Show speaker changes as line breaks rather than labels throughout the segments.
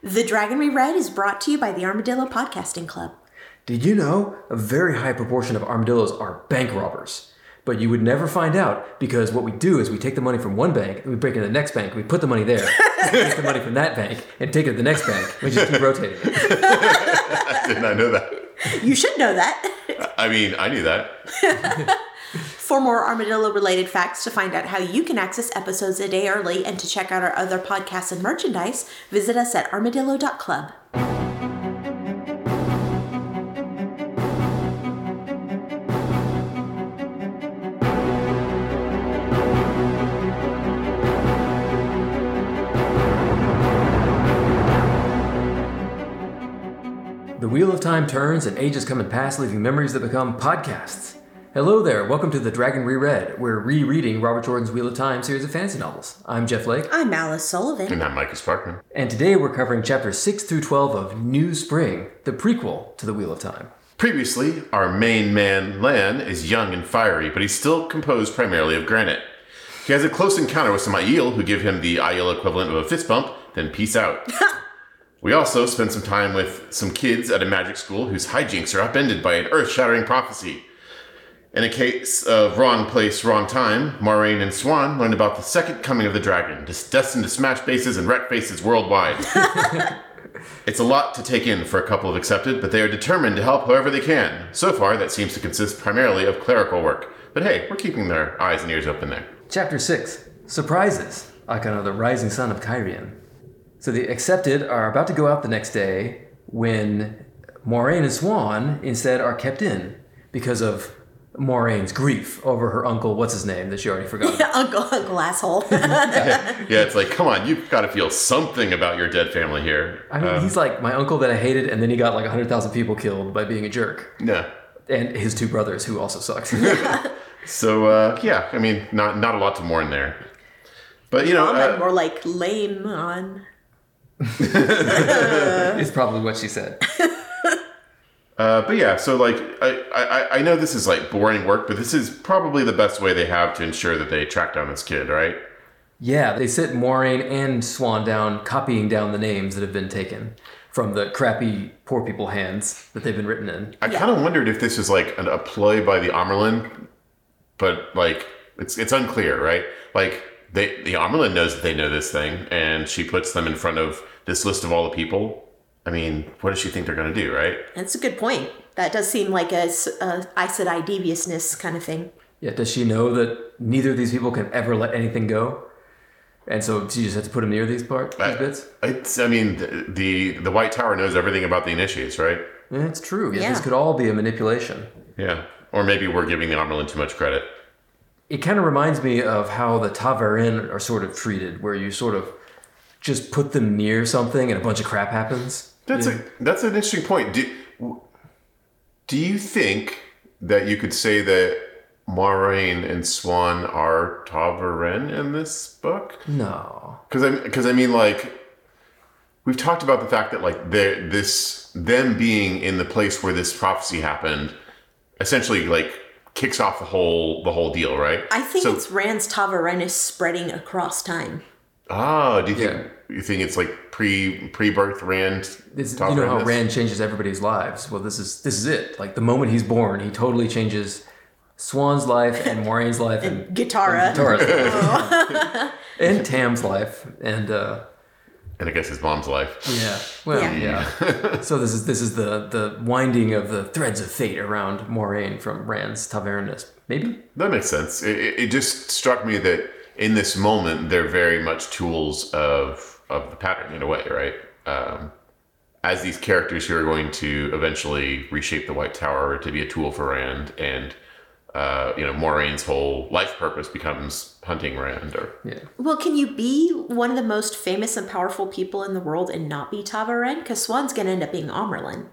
The Dragon We Read is brought to you by the Armadillo Podcasting Club.
Did you know a very high proportion of armadillos are bank robbers? But you would never find out because what we do is we take the money from one bank, we break into the next bank, we put the money there, we take the money from that bank, and take it to the next bank. We just keep rotating it.
I did not know that.
You should know that.
I mean, I knew that.
For more armadillo related facts, to find out how you can access episodes a day early, and to check out our other podcasts and merchandise, visit us at armadillo.club.
The wheel of time turns and ages come and pass, leaving memories that become podcasts. Hello there, welcome to The Dragon Reread. We're rereading Robert Jordan's Wheel of Time series of fantasy novels. I'm Jeff Lake,
I'm Alice Sullivan.
And I'm Micah Sparkman.
and today we're covering chapters 6 through 12 of New Spring, the prequel to The Wheel of Time.
Previously, our main man, Lan, is young and fiery, but he's still composed primarily of granite. He has a close encounter with some Aiel, who give him the Aiel equivalent of a fist bump, then peace out. we also spend some time with some kids at a magic school whose hijinks are upended by an earth shattering prophecy. In a case of wrong place, wrong time, Moraine and Swan learn about the second coming of the dragon, just destined to smash faces and wreck faces worldwide. It's a lot to take in for a couple of accepted, but they are determined to help however they can. So far, that seems to consist primarily of clerical work. But hey, we're keeping their eyes and ears open there.
Chapter 6 Surprises Akana, the rising son of Kyrian. So the accepted are about to go out the next day when Moraine and Swan instead are kept in because of Moraine's grief over her uncle, what's his name, that she already forgot.
uncle, uncle asshole.
Yeah, it's like, come on, you've got to feel something about your dead family here.
I mean, he's like my uncle that I hated, and then he got like 100,000 people killed by being a jerk.
Yeah.
And his two brothers, who also sucked.
So uh, yeah, I mean, not not a lot to mourn there. But you know,
But
uh,
more like lame on.
it's probably what she said.
uh, but yeah, so like, I, I I know this is like boring work, but this is probably the best way they have to ensure that they track down this kid, right?
Yeah, they sit Moraine and Swan down, copying down the names that have been taken from the crappy poor people hands that they've been written in.
I kind of wondered if this is like an, a ploy by the Amerlin, but like it's it's unclear, right? Like they the Amerlin knows that they know this thing, and she puts them in front of this list of all the people. I mean, what does she think they're gonna do, right?
That's a good point. That does seem like a, s- a I said I deviousness kind of thing.
Yeah, does she know that neither of these people can ever let anything go? And so she just has to put them near these part these bits?
It's I mean the, the the White Tower knows everything about the initiates, right?
Yeah, it's true. Yeah, This
Yeah.
could all be a manipulation.
Yeah, or maybe we're giving the Amerlin too much credit.
It kind of reminds me of how the Tavarin are sort of treated, where you sort of just put them near something and a bunch of crap happens.
That's a that's an interesting point. Do do you think that you could say that Moraine and Swan are Tavaren in this book?
No.
Because I because I mean like we've talked about the fact that like they're this them being in the place where this prophecy happened essentially like kicks off the whole the whole deal, right?
I think
so,
it's Rand's Tavarenus spreading across time.
ah. Do you think
Yeah.
you think it's like pre pre birth Rand?
It's, you know
Tavaren
how
is?
Rand changes everybody's lives. Well, this is this is it. Like the moment he's born, he totally changes Swan's life and Moraine's life and
Guitarra.
Dora's life and Tam's life and uh,
and I guess his mom's life.
yeah, well,
Yeah.
yeah. so this is this is the the winding of the threads of fate around Moraine from Rand's Tavernus. Maybe
That makes sense. It, it- it just struck me that in this moment, they're very much tools of of the pattern in a way, right? Um, as these characters who are going to eventually reshape the White Tower to be a tool for Rand, and uh, you know, Moraine's whole life purpose becomes hunting Rand. Or
yeah.
Well, can you be one of the most famous and powerful people in the world and not be Tavaren? Because Swan's going to end up being Omerlin.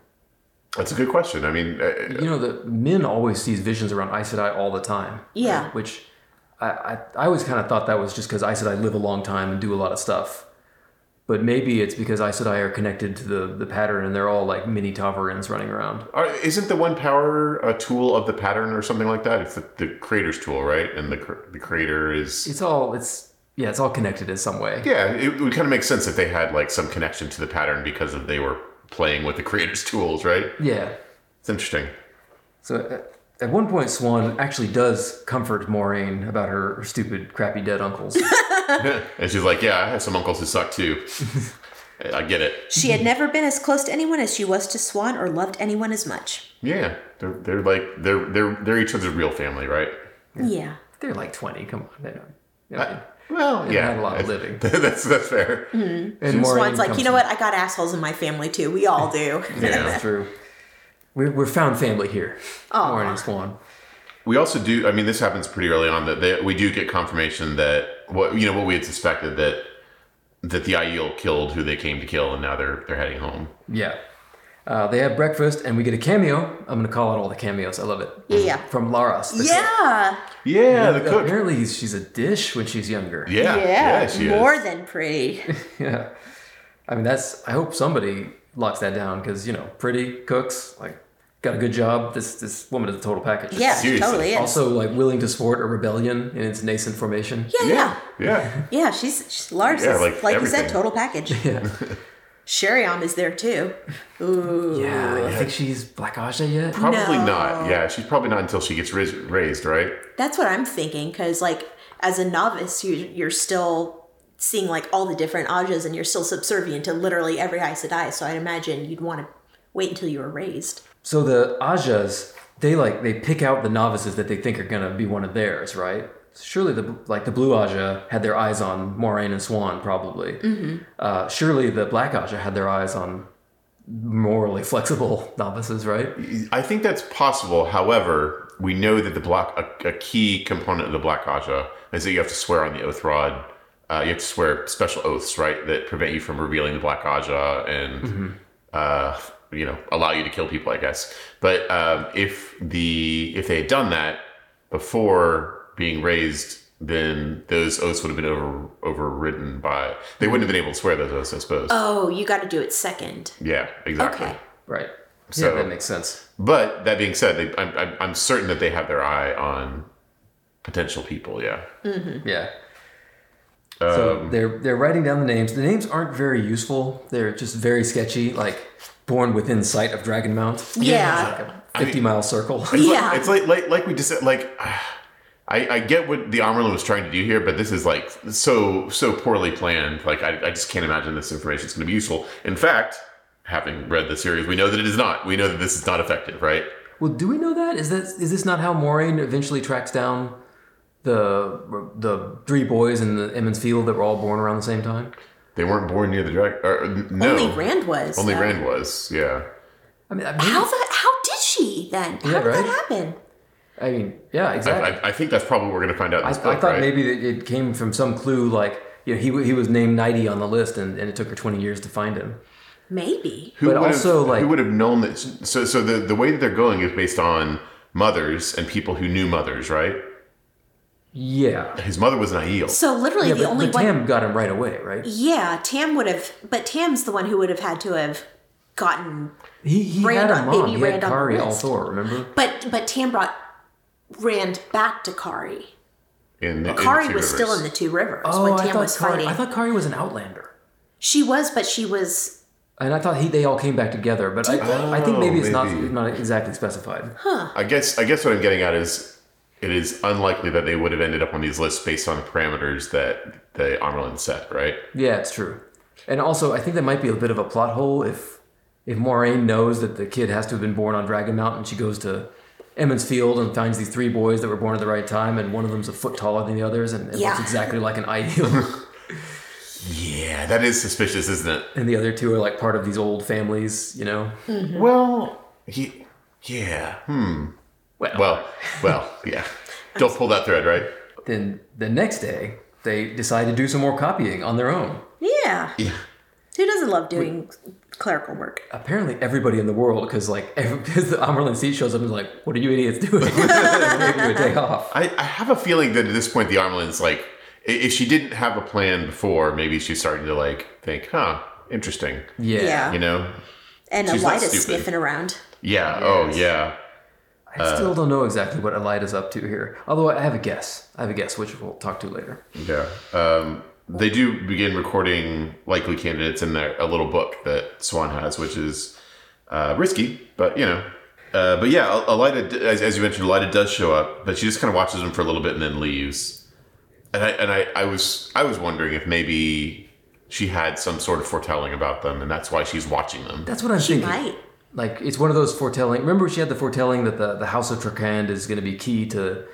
that's a good question. I mean, uh,
You know the Min always sees visions around Aes Sedai all the time.
Yeah.
right? Which I, I, I always kind of thought that was just because Aes Sedai live a long time and do a lot of stuff. But maybe it's because Aes Sedai are connected to the, the pattern and they're all like mini Tavarins running around.
are, isn't the one power a tool of the pattern or something like that? It's the, the creator's tool, right? And the cr- the creator is
It's all, it's, Yeah, it's all connected in some way.
Yeah, it would kind of make sense if they had like some connection to the pattern because of they were playing with the creator's tools, right?
Yeah.
It's interesting.
So uh, at, at one point, Swan actually does comfort Moraine about her, her stupid, crappy dead uncles.
and she's like, "Yeah, I have some uncles who suck too. I get it.
She had never been as close to anyone as she was to Swan or loved anyone as much.
Yeah, they're they're like they're they're they're each other's real family, right?
Yeah.
They're like 20. Come on. They don't, they don't-
Well, yeah,
had a lot of living.
that's that's fair.
and Maureen
Swan's like,
comes
you know what? I got assholes in my family too. We all do.
Yeah.
through. We're, we're found family here.
Aw.
Maureen and Swan.
We also do. I mean, this happens pretty early on that they, we do get confirmation that what you know what we had suspected that that the Aiel killed who they came to kill, and now they're they're heading home.
Yeah. Uh, they have breakfast and we get a cameo. I'm going to call out all the cameos. I love it.
Yeah.
From Laros. the cook.
yeah.
Yeah, the cook.
Apparently, he's, she's a dish when she's younger.
Yeah, yeah, she is.
More than pretty.
Yeah. I mean, that's, I hope somebody locks that down because, you know, pretty cooks, like, got a good job. This this woman is a total package.
Yeah, she
Seriously.
totally is.
Also, like, willing to support a rebellion in its nascent formation.
yeah, yeah.
yeah, yeah.
Yeah, she's, she's large.
Yeah,
is, like
like
you said,
everything.
total package.
Yeah.
Sheriam is there too. Ooh.
Yeah. You think she's Black Aja yet?
Probably
No.
not. Yeah, she's probably not until she gets ris- raised, right?
That's what I'm thinking because, like, as a novice, you, you're still seeing like all the different ajas and you're still subservient to literally every Aes Sedai. So I'd imagine you'd want to wait until you were raised.
So the Ajas, they like they pick out the novices that they think are gonna be one of theirs, right? Surely the like the blue Aja had their eyes on Moraine and Swan, probably.
Mm-hmm.
Uh, surely the black Aja had their eyes on morally flexible novices, right?
I think that's possible. However, we know that the black a, a key component of the black Aja is that you have to swear on the oath rod. Uh, you have to swear special oaths, right, that prevent you from revealing the black Aja and uh, you know allow you to kill people. I guess, but um, if the if they had done that before being raised, then those oaths would have been over overridden by. They wouldn't have been able to swear those oaths, I suppose.
Oh, you got to do it second.
yeah, exactly.
Okay.
Right.
So-
yeah, that makes sense.
But that being said, they, I'm, I'm, I'm certain that they have their eye on potential people. Yeah.
Hmm.
Yeah. so they're they're writing down the names. The names aren't very useful. They're just very sketchy, like born within sight of Dragonmount.
Yeah.
Like a fifty mile circle.
Yeah.
It's like like like we just said, like. I, I get what the Amarlin was trying to do here, but this is like so so poorly planned. Like I, I just can't imagine this information is going to be useful. In fact, having read the series, we know that it is not. We know that this is not effective, right?
Well, do we know that? Is that is this not how Moraine eventually tracks down the the three boys in the Emmons Field that were all born around the same time?
They weren't born near the dragon. Or, uh, no,
Only Rand was.
Only
though.
Rand was. Yeah.
I mean, I
How
mean,
the, How did she then? How
Yeah,
did
right?
that happen?
I mean yeah,
I,
exactly.
I, I think that's probably what we're going to find out. In
I,
this
I
book,
thought
right?
maybe that it came from some clue, like you know, he w- he was named ninety on the list, and, and it took her twenty years to find him.
Maybe.
Who
But
would
also,
have,
like-
who would have known that? So, so the the way that they're going is based on mothers and people who knew mothers, right?
Yeah,
His mother was an Aiel.
So literally
yeah,
the
but,
only
but
one.
Tam got him right away, right?
Yeah, Tam would have, but Tam's the one who would have had to have gotten.
He he
Rand
had a
on-
mom.
baby
He had
Rand on the
Kari
list.
Althor, remember?
But but Tam brought Rand back to Kari.
in, in
Kari
Two
was still in
Rivers.
the Two Rivers
Oh,
when
I
Tam
thought
was
Kari,
fighting.
I thought Kari was an outlander.
she was, but she was.
And I thought he, they all came back together, but I, I think
Oh,
maybe it's
maybe.
not not exactly specified.
I guess I guess what I'm getting at is it is unlikely that they would have ended up on these lists based on the parameters that the Amarlin set, right?
Yeah, it's true. And also, I think that might be a bit of a plot hole if if Moraine knows that the kid has to have been born on Dragon Mountain. She goes to Emmons Field and finds these three boys that were born at the right time, and one of them's a foot taller than the others, and, and
Yeah.
looks exactly like an ideal.
Yeah, that is suspicious, isn't it?
and the other two are like part of these old families, you know.
Mm-hmm.
Well, he, yeah, hmm.
Well-
well, well, yeah. Don't pull that thread, right?
Then the next day, they decide to do some more copying on their own.
Yeah.
Yeah.
Who doesn't love doing clerical work?
apparently everybody in the world because like because the Amerlin seat shows up and is like, "What are you idiots doing?" Give you a day off.
I, I have a feeling that at this point the Armelin's like, i- if she didn't have a plan before, maybe she's starting to like think, huh, interesting.
Yeah.
Yeah.
You know?
And
She's not
Elida
stupid.
sniffing around.
Yeah. Oh, yeah.
I still don't know exactly what Elida's up to here. Although I have a guess. I have a guess, which we'll talk to later.
Yeah. Um, they do begin recording likely candidates in their a little book that Swan has, which is uh, risky, but you know. Uh, but yeah, El- Elida, d- as, as you mentioned, Elida does show up, but she just kind of watches them for a little bit and then leaves. And I and I, I was I was wondering if maybe she had some sort of foretelling about them, and that's why she's watching them.
That's what I'm thinking.
Right.
Like it's one of those foretelling. Remember, she had the foretelling that the, the House of Trakand is going to be key to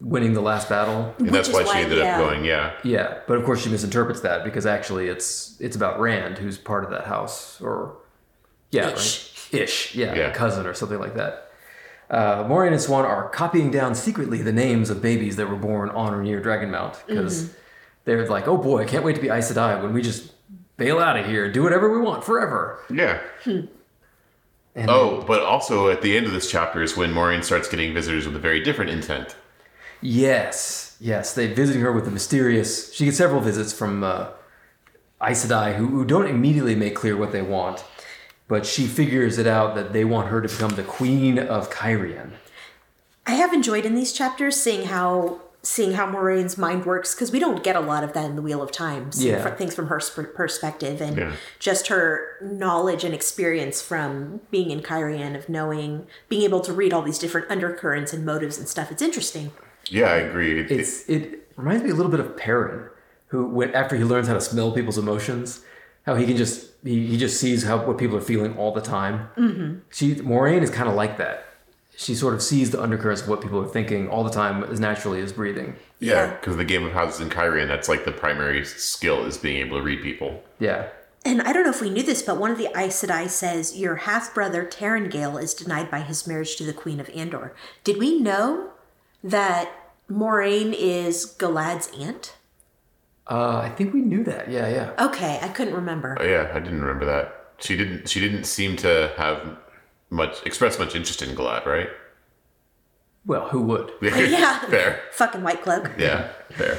winning the last battle.
And that's
Which
why
is
she
why-
ended
yeah.
up going. Yeah,
Yeah, but of course she misinterprets that because actually it's it's about Rand who's part of that house or yeah,
Ish.
right? Ish, yeah,
Yeah.
a cousin or something like that. Uh, Moraine and Swan are copying down secretly the names of babies that were born on or near Dragonmount because they're like, oh boy, I can't wait to be Aes Sedai when we just bail out of here and do whatever we want forever.
yeah.
And
Oh, but also at the end of this chapter is when Maureen starts getting visitors with a very different intent.
Yes, yes. They visited her with the mysterious. She gets several visits from uh, Aes Sedai who, who don't immediately make clear what they want, but she figures it out that they want her to become the queen of Kyrian.
I have enjoyed in these chapters seeing how seeing how Moraine's mind works because we don't get a lot of that in the Wheel of Time. seeing
Yeah.
fr- things from her sp- perspective and
Yeah.
just her knowledge and experience from being in Kyrian of knowing, being able to read all these different undercurrents and motives and stuff. It's interesting.
Yeah, I agree. It-
It's it reminds me a little bit of Perrin, who when after he learns how to smell people's emotions, how he can just he, he just sees how what people are feeling all the time. Mm-hmm. She Moraine is kind of like that. She sort of sees the undercurrents of what people are thinking all the time as naturally as breathing.
yeah, because the game of houses in Kyrian, that's like the primary skill is being able to read people.
Yeah.
And I don't know if we knew this, but one of the Aes Sedai says, Your half brother Tarangale is denied by his marriage to the Queen of Andor. Did we know that Moraine is Galad's aunt?
Uh, I think we knew that. Yeah, yeah.
Okay, I couldn't remember.
Oh, yeah, I didn't remember that. She didn't. She didn't seem to have much express much interest in Glad, right?
Well, who would?
yeah.
fair.
Fucking White Cloak.
Yeah, fair.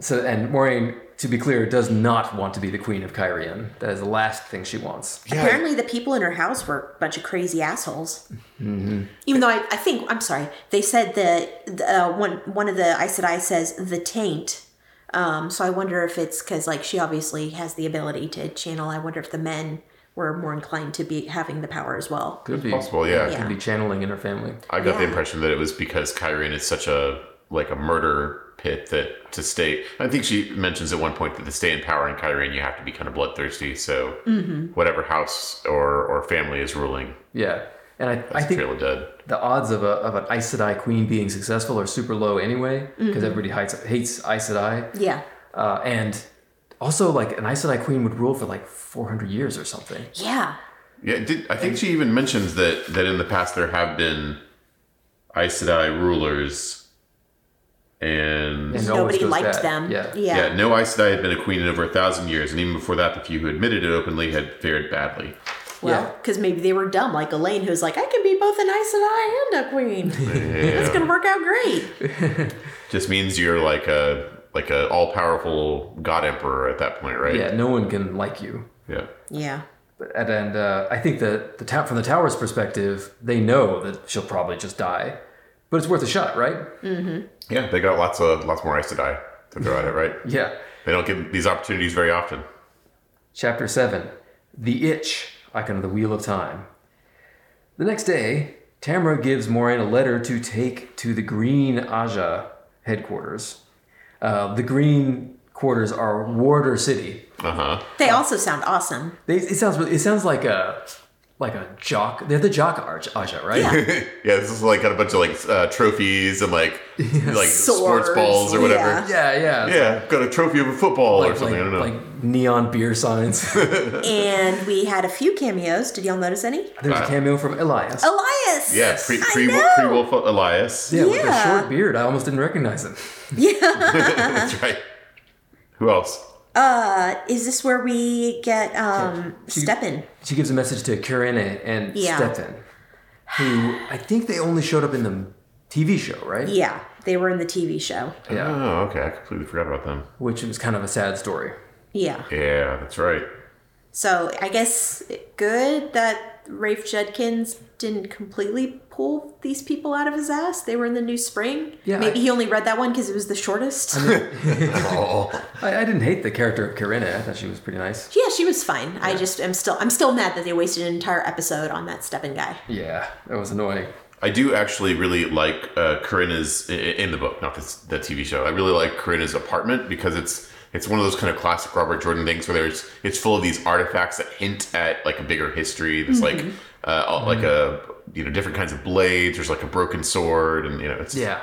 So, and Moraine, to be clear, does not want to be the queen of Kyrian. That is the last thing she wants.
Yeah.
Apparently, the people in her house were a bunch of crazy assholes. Mm-hmm. Even though I, I think, I'm sorry, they said that the, uh, one one of the I said I says the taint. Um, so I wonder if it's because like she obviously has the ability to channel. I wonder if the men were more inclined to be having the power as well.
Could be
Possible. Yeah.
Yeah.
Could be channeling in her family.
I got the
Yeah.
impression that it was because Kyrian is such a like a murder pit that to stay. I think she mentions at one point that to stay in power in Kyrian, you have to be kind of bloodthirsty. So whatever house or or family is ruling,
Yeah. And I, I
I
think
dead.
the odds of, a, of an Aes Sedai queen being successful are super low anyway, because
Mm-hmm.
everybody hates, hates Aes Sedai.
Yeah.
Uh, and also, like, an Aes Sedai queen would rule for like 400 years or something.
Yeah.
Yeah, it did, I think she even mentions that that in the past there have been Aes Sedai rulers, and
And
yeah.
Nobody
always goes
liked
bad.
them.
Yeah.
no Aes Sedai had been a queen in over a thousand years, and even before that, the few who admitted it openly had fared badly.
Well, because maybe they were dumb, like Elaine, who's like, I can be both an Aes Sedai and a queen. It's
Yeah.
going to work out great.
Just means you're like a like a all powerful god emperor at that point, right?
Yeah. No one can like you.
yeah.
Yeah.
And, and uh, I think that the ta- from the tower's perspective, they know that she'll probably just die, but it's worth a shot, right?
Yeah, They got lots of lots more Aes Sedai to throw at it, right?
Yeah.
They don't get these opportunities very often.
Chapter seven, the itch, icon of the wheel of time. The next day, Tamara gives Moraine a letter to take to the Green Aja headquarters. Uh, the Green quarters are Warder City.
Uh huh.
They also sound awesome.
They, it sounds really- it sounds like a like a jock. They're the jock Arch, Aja, right?
Yeah.
Yeah, this is like got a bunch of like uh, trophies and like like sports
Swords,
balls or whatever.
yeah.
Yeah.
Yeah, yeah.
got a trophy of a football or
Like,
something. I don't know.
like, like neon beer signs.
And we had a few cameos. Did y'all notice any?
There's a
Right.
cameo from Elias.
Oh, Elias.
yeah, pre
I
pre
know.
pre Wolf Elias.
yeah, with a
yeah.
short beard. I almost didn't recognize him.
That's right. Who else?
Uh, is this where we get um Steppen?
She gives a message to Kurene and
Yeah.
Stefan, who I think they only showed up in the TV show, right?
Yeah, they were in the TV show.
Yeah.
Oh, okay. I completely forgot about them.
Which was kind of a sad story.
Yeah.
Yeah, that's right.
So I guess good that Rafe Judkins didn't completely pull these people out of his ass. They were in the New Spring.
Yeah,
Maybe
I-
he only read that one because it was the shortest.
Oh.
I, I didn't hate the character of Corinna. I thought she was pretty nice.
yeah, she was fine. I just am still I'm still mad that they wasted an entire episode on that Steppen guy.
Yeah, that was annoying.
I do actually really like uh, Corinna's i- i- in the book, not this, the TV show. I really like Corinna's apartment because it's it's one of those kind of classic Robert Jordan things where there's it's full of these artifacts that hint at like a bigger history. There's
Mm-hmm.
like uh, all- like a you know different kinds of blades. There's like a broken sword, and you know it's
Yeah,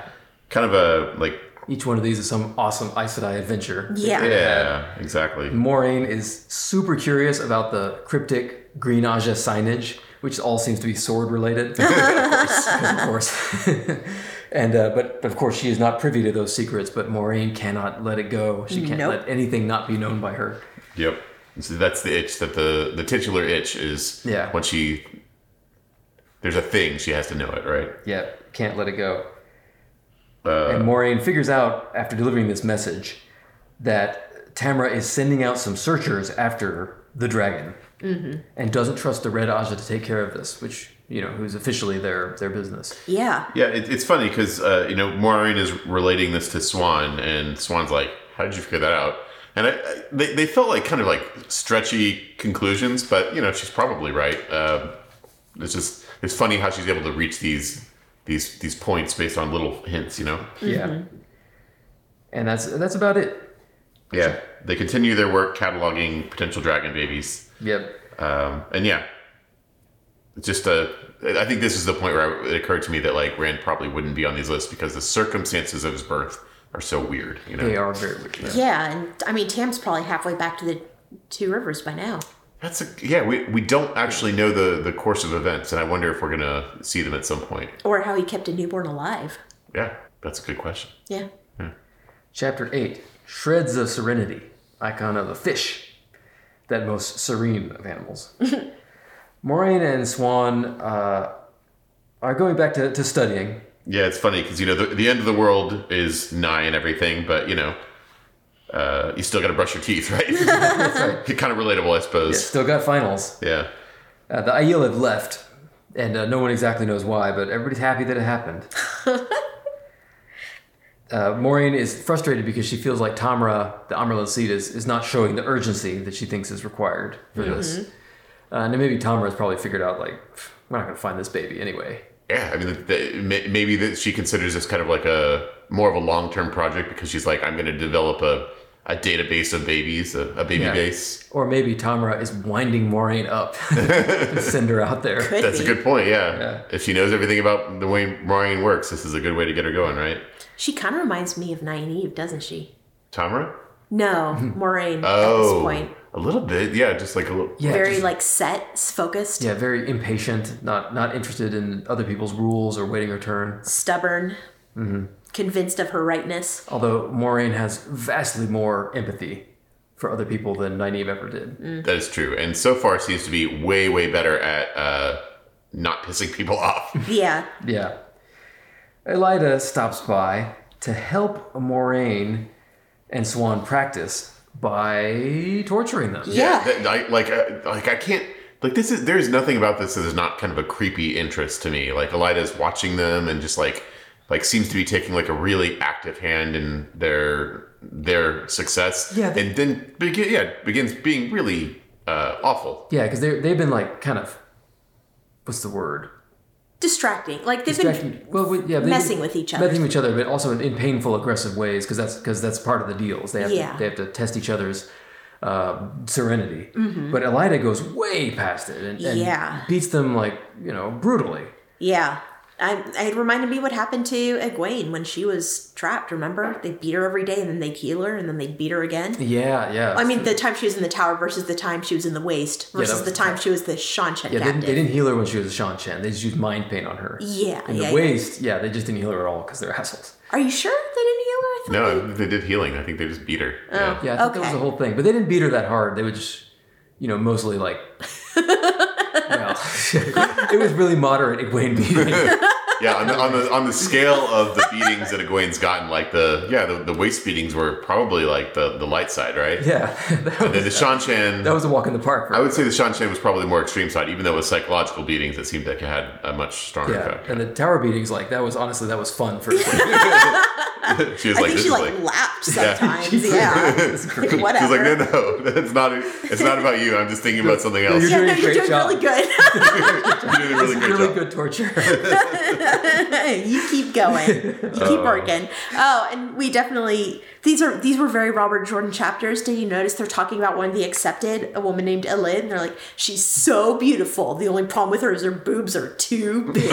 kind of a like
each one of these is some awesome Aes Sedai adventure.
Yeah.
yeah exactly.
Moraine is super curious about the cryptic Green Aja signage, which all seems to be sword related. of course. and uh, but, but of course she is not privy to those secrets, but Maureen cannot let it go. She can't
Nope.
let anything not be known by her.
Yep. So that's the itch that the the titular itch is.
Yeah.
When she there's a thing she has to know it right. Uh,
Yeah, can't let it go. and Maureen figures out after delivering this message that Tamra is sending out some searchers after the dragon and doesn't trust the Red Aja to take care of this, which, you know, who's officially their, their business.
Yeah.
Yeah, it, it's funny because uh, you know Maureen is relating this to Swan, and Swan's like, "How did you figure that out?" And I, I, they they felt like kind of like stretchy conclusions, but you know she's probably right. Uh, it's just it's funny how she's able to reach these these these points based on little hints, you know.
Yeah. And that's that's about it.
Yeah, they continue their work cataloging potential dragon babies.
Yep.
Um, and yeah, it's just a. I think this is the point where I, it occurred to me that like Rand probably wouldn't be on these lists because the circumstances of his birth are so weird. You know,
They are very weird. Yeah.
Yeah, and I mean Tam's probably halfway back to the Two Rivers by now.
that's a, yeah. We, we don't actually know the the course of events, and I wonder if we're gonna see them at some point.
Or how he kept a newborn alive.
Yeah, that's a good question.
Yeah.
Chapter 8 Shreds of Serenity, icon of the fish, that most serene of animals. Moraine and Swan uh, are going back to, to studying.
Yeah, it's funny because you know the, the end of the world is nigh and everything, but you know, uh, you still gotta brush your teeth, right? kind of relatable, I suppose.
Still got finals.
Yeah.
Uh, the Aiel have left, and uh, no one exactly knows why, but everybody's happy that it happened. Uh, Maureen is frustrated because she feels like Tamra, the Amaryllis seed, is, is not showing the urgency that she thinks is required for this. Uh, and then maybe Tamra has probably figured out, like, "Pff, we're not going to find this baby anyway.
Yeah, I mean, th- th- may- maybe that she considers this kind of like a more of a long term project because she's like, I'm going to develop a, a database of babies, a, a baby
Yeah.
base.
Or maybe Tamra is winding Maureen up to send her out there.
Could
That's
be.
a good point. Yeah.
Yeah.
if she knows everything about the way Maureen works, this is a good way to get her going, right?
She kinda reminds me of Nynaeve, doesn't she?
Tamara?
No, Moraine
Oh,
at this point.
a little bit. Yeah, just like a little.
Yeah,
Very
just-
like set, s- focused,
yeah, very impatient, not not interested in other people's rules or waiting her turn.
stubborn, convinced of her rightness.
Although Maureen has vastly more empathy for other people than Nynaeve ever did.
That is true. And so far seems to be way, way better at uh, not pissing people off.
Yeah.
Yeah. Elida stops by to help Moraine and Swan practice by torturing them.
Yeah.
that- I, like, I, like I can't. Like this is there is nothing about this that is not kind of a creepy interest to me. Like Elida's watching them and just like like seems to be taking like a really active hand in their their success.
Yeah, they-
and then begin yeah begins being really uh, awful.
Yeah, because they've been like kind of, what's the word?
Distracting. Like they've
distracting.
been
Well, we- yeah, they've been
messing with each other.
messing with each other, but also in, in painful, aggressive ways, because that's because that's part of the deal. Is they have
Yeah.
to, they have to test each other's uh, serenity. But Elida goes way past it and, and
Mm-hmm. Yeah.
beats them like you know brutally.
Yeah. I, it reminded me what happened to Egwene when she was trapped, remember? They beat her every day and then they'd heal her and then they'd beat her again.
Yeah, yeah.
I mean, the time she was in the tower versus the time she was in the waste versus
that-
the time she was the Shanshan
yeah, they didn't,
captive.
they didn't heal her when she was a Shan Chen. They just used mind paint on her.
Yeah,
In
yeah,
the waist, yeah. they just didn't heal her at all because they're assholes.
Are you sure they didn't heal her? I thought
No, I think they did healing. I think they just beat her.
Oh.
Yeah.
Yeah, I think that was
Okay.
the whole thing. But they didn't beat her that hard. They would just, you know, mostly like. well, it was really moderate Egwene beating.
yeah, on the, on the on the scale of the beatings that Egwene's gotten, like the yeah, the, the waist beatings were probably like the, the light side, right?
Yeah, that
And
was,
then the Shan Chan,
that was a walk in the park. For
I would say the Shan Chan was probably the more extreme side, even though it was psychological beatings that seemed like it had a much stronger
yeah,
effect.
and the tower beatings, like that was honestly that was fun for.
She was
I think
like, this
she
is
like,
like,
lapped sometimes. Yeah.
That's great.
Like,
she was like,
whatever.
no, no, that's not it's not about you. I'm just thinking about something else.
You're
yeah,
You're
doing
no,
a
you're
great
doing
job.
really good.
doing a really great
really
job.
good torture.
you keep going. You keep working. Oh, and we definitely these are these were very Robert Jordan chapters. Did you notice they're talking about one of the accepted, a woman named Elin? They're like, she's so beautiful. The only problem with her is her boobs are too big.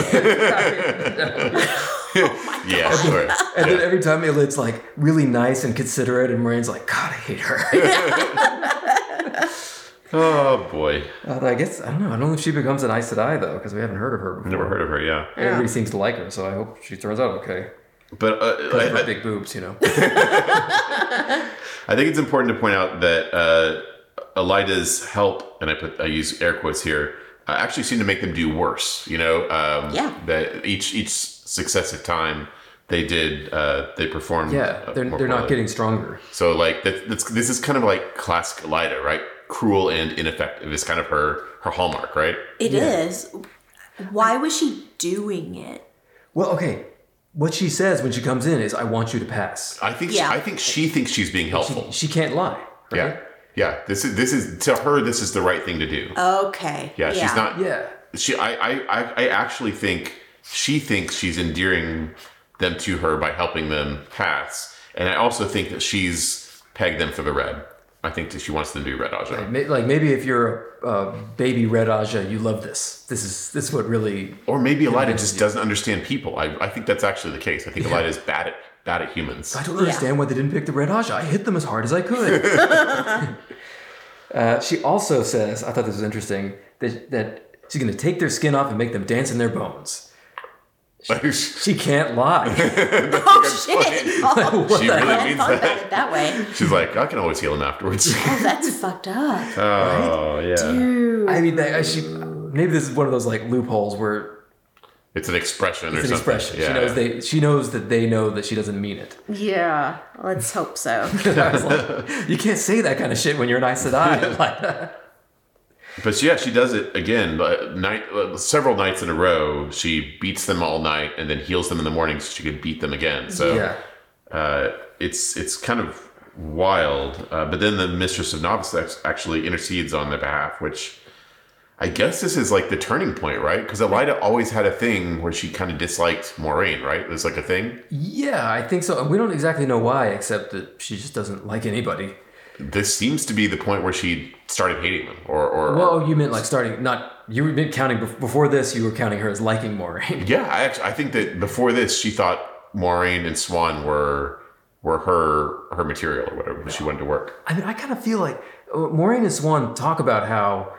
Oh
Yeah, sure.
And then
Yeah.
every time Elid's like really nice and considerate, and Moraine's like, God, I hate her.
Oh boy,
Although I guess I don't know. I don't know if she becomes an Aes Sedai though, because we haven't heard of her. Before.
never heard of her. Yeah,
Everybody seems to like her, so I hope she turns out okay.
but uh, I-
Her
I-
big boobs, you know.
I think it's important to point out that uh, Elida's help, and I put I use air quotes here, uh, actually seemed to make them do worse. You know, um,
Yeah.
That each each successive time they did uh, they performed.
Yeah,
uh,
they're
more
they're not
poorly.
getting stronger.
So like that, that's this is kind of like classic Elida, right? Cruel and ineffective is kind of her her hallmark, right?
It is. Why was she doing it?
Well, okay. What she says when she comes in is, "I want you to pass."
I think
Yeah.
I think she thinks she's being helpful.
She can't lie. Right?
yeah, yeah. This is this is to her. This is the right thing to
Uh,
do.
Okay.
yeah, she's not.
Yeah.
she I, I I- I actually think she thinks she's endearing them to her by helping them pass and i also think that she's pegged them for the red i think that she wants them to be red aja
Ma- Like maybe if you're a, a baby red Aja, you love this. This is this is what really.
or maybe elida just doesn't understand people i, I think that's actually the case i think elida is bad at bad at humans
I don't understand why they didn't pick the red Aja. I hit them as hard as I could. uh, she also says, I thought this was interesting that that she's going to take their skin off and make them dance in their bones.
she
She can't lie.
Oh shit! Oh,
What the
really
I
means
thought about
that
it that way.
she's like i can always heal him afterwards
Oh, that's fucked up.
oh yeah
Dude.
I mean, that, uh, she maybe this is one of those like loopholes where
it's an expression
it's
or
an
something
expression.
yeah
She knows they she knows that they know that she doesn't mean it.
Yeah. Let's hope so.
Uh-huh.
I was like, you can't say that kind of shit when you're an Aes Sedai. Like,
But yeah, she does it again, but night uh, several nights in a row. She beats them all night and then heals them in the morning, so she could beat them again. So
yeah.
uh, it's it's kind of wild. Uh, but then the mistress of novice act- actually intercedes on their behalf, which I guess this is like the turning point, right? Because Elida always had a thing where she kind of disliked Moraine, right? It was like a thing.
Yeah, I think so. And we don't exactly know why, except that she just doesn't like anybody.
This seems to be the point where she started hating them, or or.
Well, you meant like starting, not you were counting bef- before this. You were counting her as liking Moraine.
Yeah, I actually I think that before this, she thought Maureen and Swan were were her her material or whatever that she wanted to work.
I mean, I kind of feel like uh, Moraine and Swan talk about how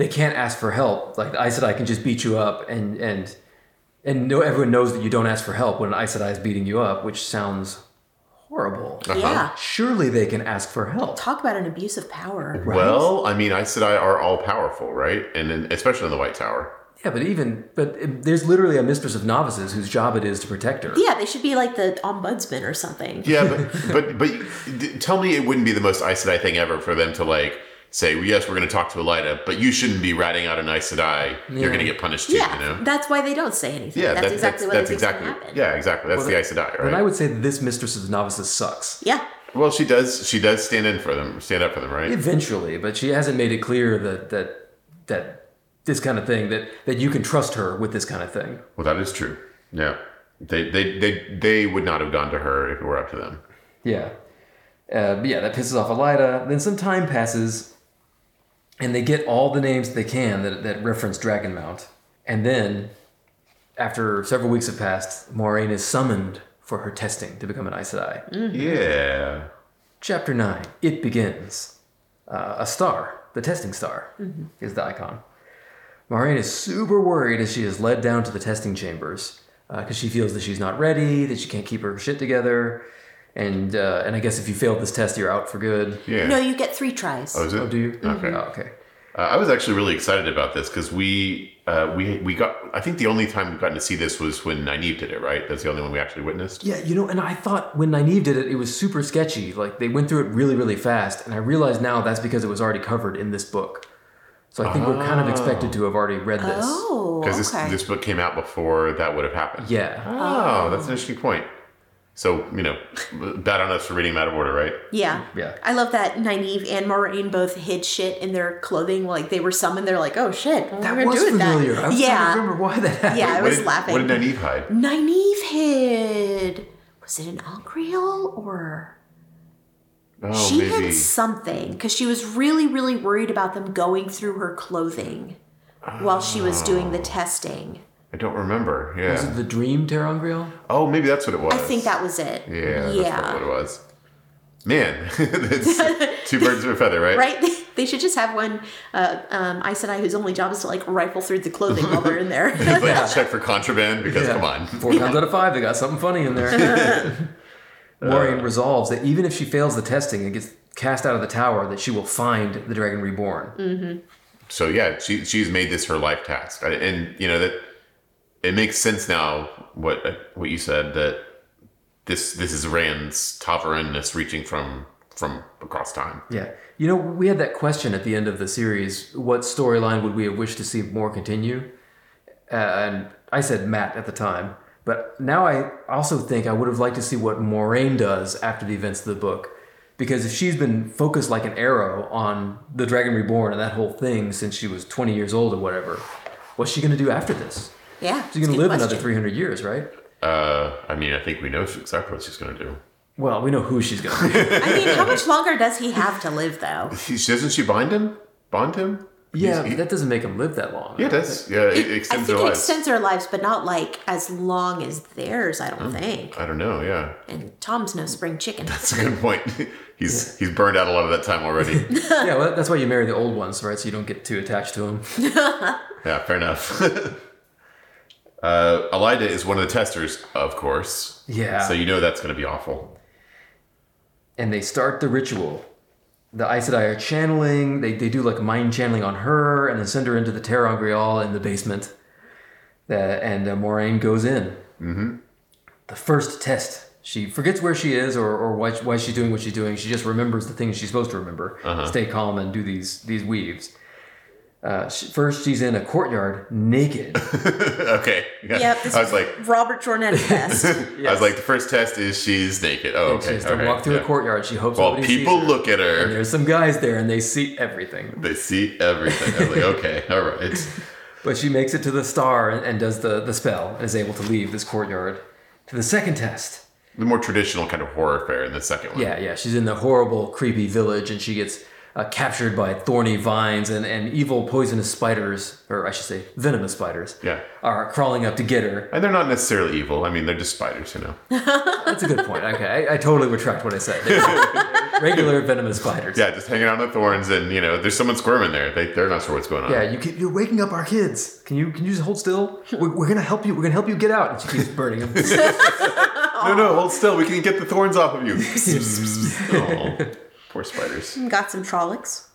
they can't ask for help. Like the Aes Sedai can just beat you up, and and and no, everyone knows that you don't ask for help when an Aes Sedai is beating you up, which sounds horrible.
Yeah.
Surely they can ask for help.
Talk about an abuse of power.
Well, I mean, I said I are all powerful, right? And then, especially in the White Tower.
Yeah, but even but it, there's literally a mistress of novices whose job it is to protect her.
Yeah, they should be like the ombudsman or something.
Yeah, but but but d- tell me, it wouldn't be the most Aes Sedai thing ever for them to like say, well, yes, we're going to talk to Elida, but you shouldn't be ratting out an Aes Sedai. You're going to get punished too,
Yeah,
you know?
that's why they don't say anything.
yeah,
that's,
that-
exactly what
that's
I think
exactly.
exactly, happen.
Yeah, exactly. That's the Aes Sedai, right?
And I would say that this mistress of novices sucks.
yeah,
well, she does. She does stand in for them. Stand up for them, right?
Eventually, but she hasn't made it clear that that that this kind of thing that that you can trust her with this kind of thing.
Well, that is true. Yeah. They, they, they, they would not have gone to her if it were up to them.
Yeah, uh, but yeah, that pisses off Elida. Then some time passes, and they get all the names they can that that reference Dragonmount, and then after several weeks have passed, Moraine is summoned for her testing to become an Aes Sedai.
Yeah.
Chapter 9 It Begins. Uh, a star, the testing star, is the icon. Maureen is super worried as she is led down to the testing chambers because she feels that she's not ready, that she can't keep her shit together. And, uh, and I guess if you failed this test, you're out for good.
Yeah.
No, you get three tries.
oh, is it?
Oh, do you?
Okay.
Oh, okay.
Uh, I was actually really excited about this because we uh, we we got. I think the only time we've gotten to see this was when Nynaeve did it. Right, that's the only one we actually witnessed.
Yeah, you know, and I thought when Nynaeve did it, it was super sketchy. Like they went through it really, really fast, and I realize now that's because it was already covered in this book. So I think we're kind of expected to have already read this.
Oh, okay.
Because this this book came out before that would have happened.
Yeah,
Oh, that's an interesting point. So you know, bad on us for reading them out of order, right?
yeah.
Yeah.
I love that Nynaeve and Moraine both hid shit in their clothing. Like they were summoned. They're like, oh shit, what
that
we're
was
doing
familiar.
that.
I was trying to
yeah.
remember why that happened.
Yeah, I
What
was
did,
laughing.
What did Nynaeve hide?
Nynaeve hid. Was it an Angreal or
Oh,
she
maybe.
hid something because she was really, really worried about them going through her clothing while she was doing the testing.
I don't remember.
Was it
Yeah.
the dream Terangriel?
Oh, maybe that's what it was.
I think that was it.
Yeah, that's
yeah.
probably what it was. Man, that's two birds with a feather, right?
Right? They should just have one uh, um, Aes Sedai whose only job is to like rifle through the clothing while they're in there.
Like check for contraband because come on.
Four times out of five, they got something funny in there. Maureen resolves that even if she fails the testing and gets cast out of the tower, that she will find the Dragon Reborn.
So yeah, she she's made this her life task, I- and you know that it makes sense now. What uh, what you said that this this is Rand's Tavaranness reaching from from across time.
Yeah. You know, we had that question at the end of the series what storyline would we have wished to see more continue? Uh, and I said Matt at the time. But now I also think I would have liked to see what Moraine does after the events of the book. Because if she's been focused like an arrow on the Dragon Reborn and that whole thing since she was 20 years old or whatever, what's she going to do after this?
yeah. it's
She's
a
going
good
to live another
question.
300 years, right?
Uh, I mean, I think we know exactly what she's gonna do.
Well, we know who she's going to be.
I mean, how much longer does he have to live though?
She, doesn't she bind him? Bond him?
yeah,
He's-
but that doesn't make him live that long.
Yeah, that's yeah. It, extends
I
their
think it
lives.
extends their lives, but not like as long as theirs, I
Hmm.
don't think.
I don't know. Yeah,
And Tom's no spring chicken.
it's a good point. he's he's burned out a lot of that time already.
yeah, well, that's why you marry the old ones, right? So you don't get too attached to them.
Yeah, fair enougf. uh, Elida is one of the testers, of course.
Yeah.
So you know that's going to be awful.
and they start the ritual. The Aes Sedai are channeling, they, they do like mind channeling on her and then send her into the Terran Grial in the basement. Uh, and uh, Moraine goes in. Mm-hmm. The first test. She forgets where she is or, or why, why she's doing what she's doing. She just remembers the things she's supposed to remember.
Uh-huh.
Stay calm and do these, these weaves. Uh, she, first, she's in a courtyard naked.
Okay. Yeah.
Yep, this
I was like,
Robert Jornet fest.
I was like, the first test is she's naked. Oh, okay.
she has to
all right,
walk through
yeah.
a courtyard. She hopes
While
nobody
people
sees her.
look
And
at her,
there's some guys there and they see everything.
they see everything. I was like, okay, all right.
But she makes it to the star and, and does the, the spell and is able to leave this courtyard to the second test.
The more traditional kind of horror fair in the second one.
Yeah, yeah. She's in the horrible, creepy village and she gets uh, captured by thorny vines and, and evil, poisonous spiders, or I should say, venomous spiders,
Yeah.
are crawling up to get her.
And they're not necessarily evil. I mean, they're just spiders, you know.
That's a good point. Okay, I, I totally retract what I said. They're regular venomous spiders.
Yeah, just hanging out on the thorns, and you know, there's someone squirming there. They, they're not sure what's going on.
Yeah, you keep, you're waking up our kids. Can you can you just hold still? We're, we're gonna help you. We're gonna help you get out. And she keeps burning them.
No,
Oh.
no, hold still. We can get the thorns off of you. Aw, poor spiders.
Got some Trollocs.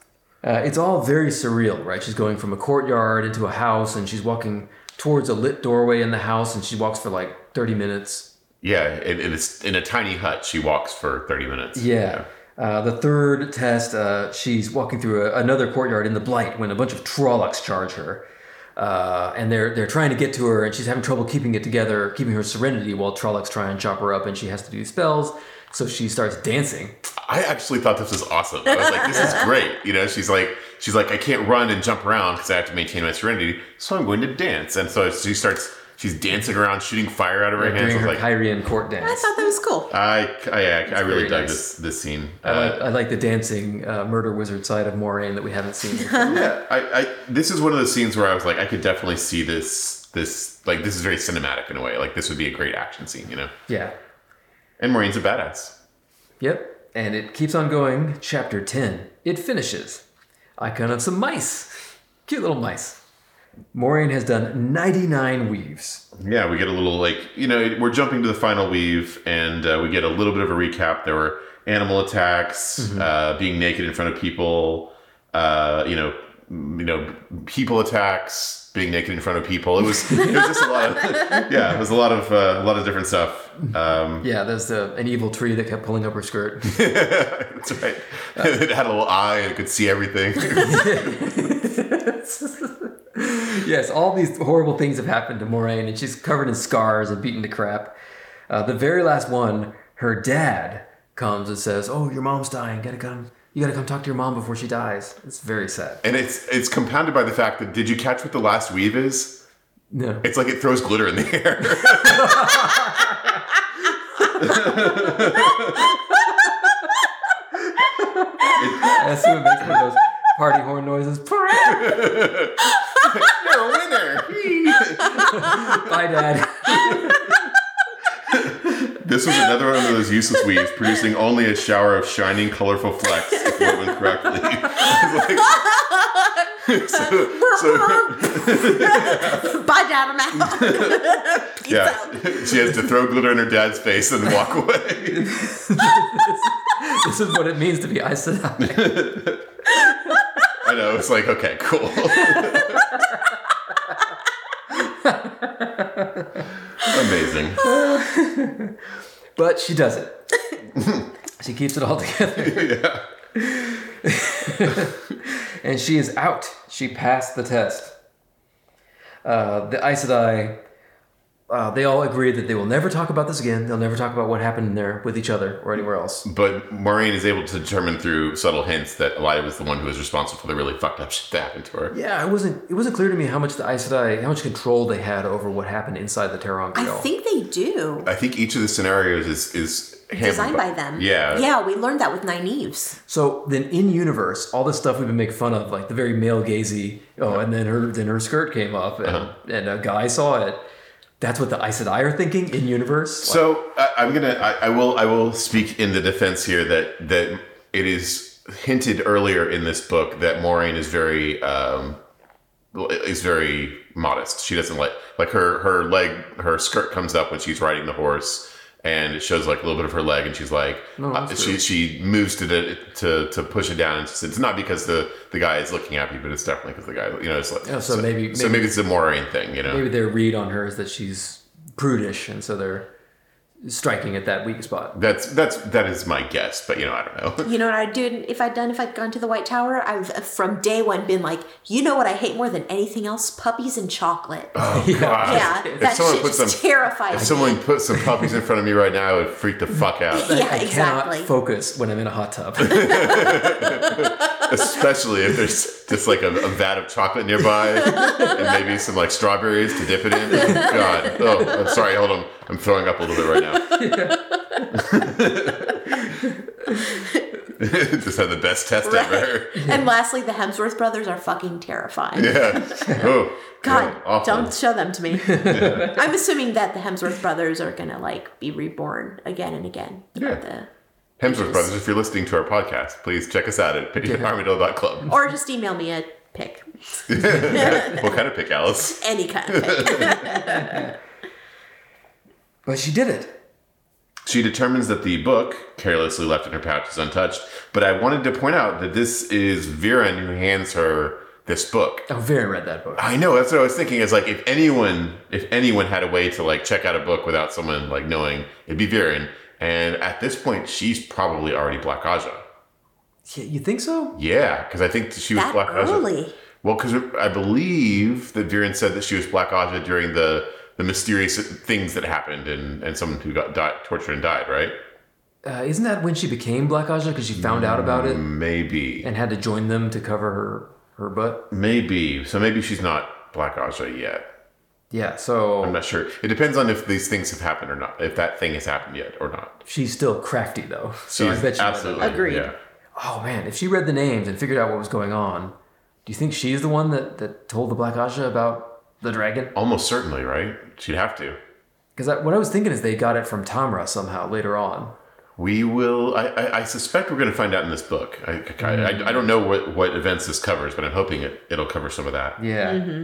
Uh, it's all very surreal, right? She's going from a courtyard into a house, and she's walking towards a lit doorway in the house, and she walks for like 30 minutes.
Yeah, and, and it's in a tiny hut. She walks for 30 minutes.
Yeah. Uh, the third test, uh, she's walking through a, another courtyard in the blight when a bunch of Trollocs charge her. Uh, and they're they're trying to get to her, and she's having trouble keeping it together, keeping her serenity while Trollocs try and chop her up, and she has to do spells. So she starts dancing.
I actually thought this was awesome. I was like, this is great. You know, she's like, she's like, I can't run and jump around because I have to maintain my serenity, so I'm going to dance. And so she starts, she's dancing around, shooting fire out of her hands.
Doing
I was
her
like, I,
Kyrian court dance.
I thought that was cool.
I, I, I really
very
dug
nice.
this this scene.
I,
Uh,
like, I like the dancing uh, murder wizard side of Moraine that we haven't seen. before.
yeah, I, I, this is one of those scenes where I was like, I could definitely see this, this, like, this is very cinematic in a way. Like, this would be a great action scene, you know.
yeah.
And Maureen's a badass.
Yep, and it keeps on going. Chapter 10. It finishes. Icon of some mice. Cute little mice. Maureen has done 99 weaves.
Yeah, we get a little like you know we're jumping to the final weave, and uh, we get a little bit of a recap. There Mm-hmm. were animal attacks, uh, being naked in front of people, uh, you know, you know, people attacks, being naked in front of people. It was it was just a lot of yeah, it was a lot of uh, a lot of different stuff. Um,
Yeah, there's the, an evil tree that kept pulling up her skirt.
that's right. it had a little eye and it could see everything.
yes, all these horrible things have happened to Moraine, and she's covered in scars and beaten to crap. Uh, the very last one, her dad comes and says, "Oh, your mom's dying. Gotta come. You gotta come talk to your mom before she dies." It's very sad.
and it's it's compounded by the fact that did you catch what the last weave is?
No,
It's like it throws glitter in the air.
that's what makes one of those party horn noises. Bye,
You're a winner.
Dad.
This was another one of those useless weaves, producing only a shower of shining, colorful flecks, if woven correctly. It's like- so, so,
Bye, Dad. I'm out. Peace
yeah,
out.
she has to throw glitter in her dad's face and walk away.
This is what it means to be isolated.
I know. It's like okay, cool. Amazing.
But she does it. she keeps it all together. and she is out. She passed the test. Uh, the Aes Sedai, uh, they all agree that they will never talk about this again. They'll never talk about what happened in there with each other or anywhere else.
But Maureen is able to determine through subtle hints that Elia was the one who was responsible for the really fucked up shit that happened to her.
Yeah, it wasn't. It wasn't clear to me how much the Aes Sedai, how much control they had over what happened inside the Terran
I
Grill.
think they do.
I think each of the scenarios is is handled
Designed by them.
Yeah,
Yeah, we learned that with Nynaeve's.
So then, in universe, all this stuff we've been making fun of, like the very male gazy. Oh, and then her then her skirt came up, and, and a guy saw it. That's what the Aes Sedai are thinking in universe. Like,
So I, I'm gonna, I, I will, I will speak in the defense here that that it is hinted earlier in this book that Maureen is very um, is very modest. She doesn't like like her her leg, her skirt comes up when she's riding the horse, and it shows like a little bit of her leg, and she's like,
No,
uh,
that's
she
true.
she moves to the, to to push it down. And it's, it's not because the the guy is looking at me, but it's definitely because the guy, you know, it's like
Yeah, so maybe-
so maybe it's a Maureen thing, you know.
maybe their read on her is that she's prudish, and so they're striking at that weak spot.
That's that's that is my guess, but you know, I don't know.
You know what I'd do if I'd done if I'd gone to the White Tower? I've uh, from day one been like, you know what I hate more than anything else? Puppies and chocolate.
God.
yeah,
If
that
someone
shit
puts
just
them-
terrifies
If
me.
someone put some puppies in front of me right now, I would freak the fuck out.
Yeah,
I
exactly.
cannot focus when I'm in a hot tub.
Especially if there's just like a, a vat of chocolate nearby and maybe some like strawberries to dip it in. Oh, God. Oh, I'm sorry. Hold on. I'm throwing up a little bit right now. just had the best test ever.
And lastly, the Hemsworth brothers are fucking terrifying.
Yeah. Oh,
God,
oh, awful.
don't show them to me. I'm assuming that the Hemsworth brothers are gonna like be reborn again and again. throughout
Yeah.
the-
Hemsworth Brothers, if you're listening to our podcast, please check us out at armadillo.club.
or just email me a pic,
What kind of pick, Alice?
any kind of pic.
but she did it.
She determines that the book, carelessly left in her pouch, is untouched. But I wanted to point out that this is Viren who hands her this book.
Oh, Varen read that book.
I know that's what I was thinking. Is like if anyone, if anyone had a way to like check out a book without someone like knowing, it'd be Viren. And at this point, she's probably already Black Aja.
Yeah, you think so?
Yeah, because I think she was
that
Black Aja.
early.
Well, because I believe that Viren said that she was Black Aja during the the mysterious things that happened and and someone who got died, tortured and died, right?
Uh, isn't that when she became Black Aja because she found out about it
Maybe.
and had to join them to cover her her butt?
Maybe. So maybe she's not Black Aja yet.
Yeah. So
I'm not sure. It depends on if these things have happened or not. If that thing has happened yet or not.
She's still crafty though. So I
She's
bet she
absolutely
Agreed.
Yeah.
Oh man, if she read the names and figured out what was going on, do you think she's the one that, that told the Black Aja about the dragon?
Almost certainly, right? She'd have to.
Because I, what I was thinking is they got it from Tamra somehow later on.
We will. I, I, I suspect we're going to find out in this book. I, I,
Mm.
I, I don't know what, what events this covers, but I'm hoping it, it'll cover some of that.
Yeah.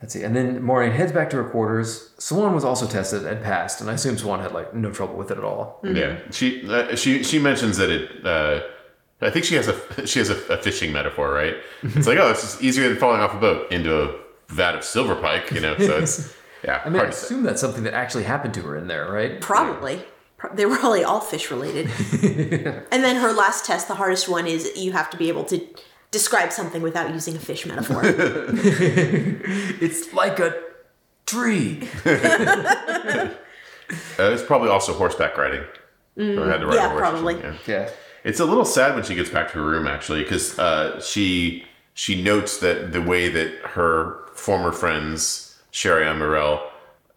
Let's see. And then Maureen heads back to her quarters. Swan was also tested and passed, and I Mm-hmm. assume Swan had like no trouble with it at all.
Yeah, she uh, she she mentions that it uh, I think she has a she has a, a fishing metaphor, right? It's like, oh, it's just easier than falling off a boat into a vat of silver pike, you know. So it's yeah,
I mean, I
hard to say.
assume that's something that actually happened to her in there, right?
Probably. Pro- They were really all fish related. and then her last test, the hardest one, is you have to be able to describe something without using a fish metaphor.
It's like a tree.
Uh, it's probably also horseback riding. Or had to ride
Mm, yeah,
a horse or
probably.
something, yeah.
Yeah.
It's a little sad when she gets back to her room actually, because uh, she she notes that the way that her former friends Sherry and Morel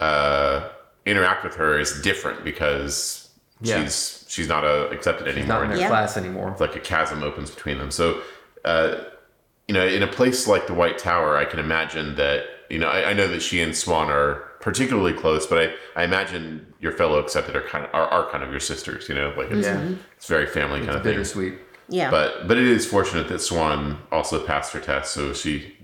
uh, interact with her is different because
Yeah.
she's she's not uh, accepted anymore.
Not in her
Yeah.
class anymore.
like a chasm opens between them. So, uh, you know, in a place like the White Tower, I can imagine that. You know, I, I know that she and Swan are particularly close, but I, I imagine your fellow accepted are kind of are, are kind of your sisters. You know, like it's,
Yeah.
it's very family kind of thing.
Bittersweet.
Yeah.
But but it is fortunate that Swan also passed her test, so she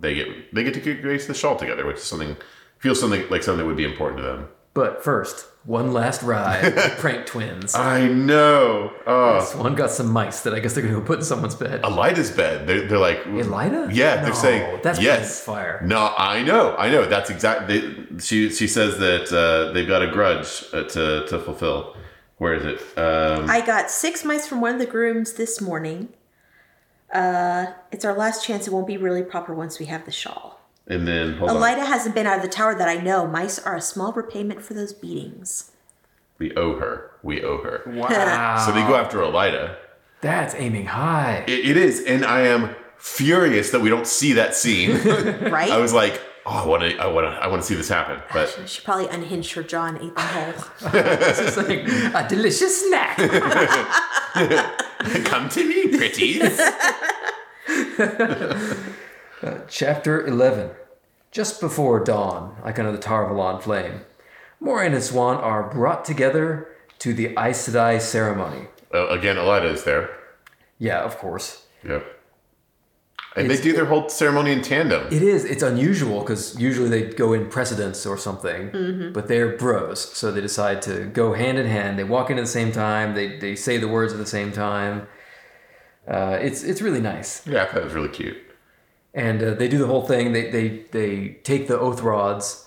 they get they get to grace the shawl together, which is something feels something like something that would be important to them.
But first, one last ride. with Prank twins.
I know. Oh,
One got some mice that I guess they're going to go put in someone's bed.
Elida's bed. They're, they're like
Elida?
Yeah,
No,
they're saying
that's
yes.
Prince Fire.
No, I know, I know. That's exactly. She she says that uh, they've got a grudge uh, to to fulfill. Where is it? Um,
I got six mice from one of the grooms this morning. Uh, it's our last chance. It won't be really proper once we have the shawl.
and then hold on.
Elida hasn't been out of the tower that I know. Mice are a small repayment for those beatings.
We owe her. We owe her.
Wow.
So they go after Elida.
That's aiming high.
It, it is, and I am furious that we don't see that scene.
Right?
I was like, oh, I want to, I want to, I want to see this happen, but
she probably unhinged her jaw and ate the whole.
It's like a delicious snack.
come to me, pretties.
Chapter 11. Just before dawn, like under the Tower of Alon Flame, Moraine and Swan are brought together to the Aes Sedai ceremony.
uh, again, Elida is there.
Yeah, of course.
Yep. And
It's-
they do their whole ceremony in tandem.
It is. It's unusual because usually they go in precedence or something, but they're bros, so they decide to go hand in hand. They walk in at the same time. They, they say the words at the same time. Uh, it's it's really nice,
yeah, I thought it was really cute.
and uh, they do the whole thing. They they they take the oath rods,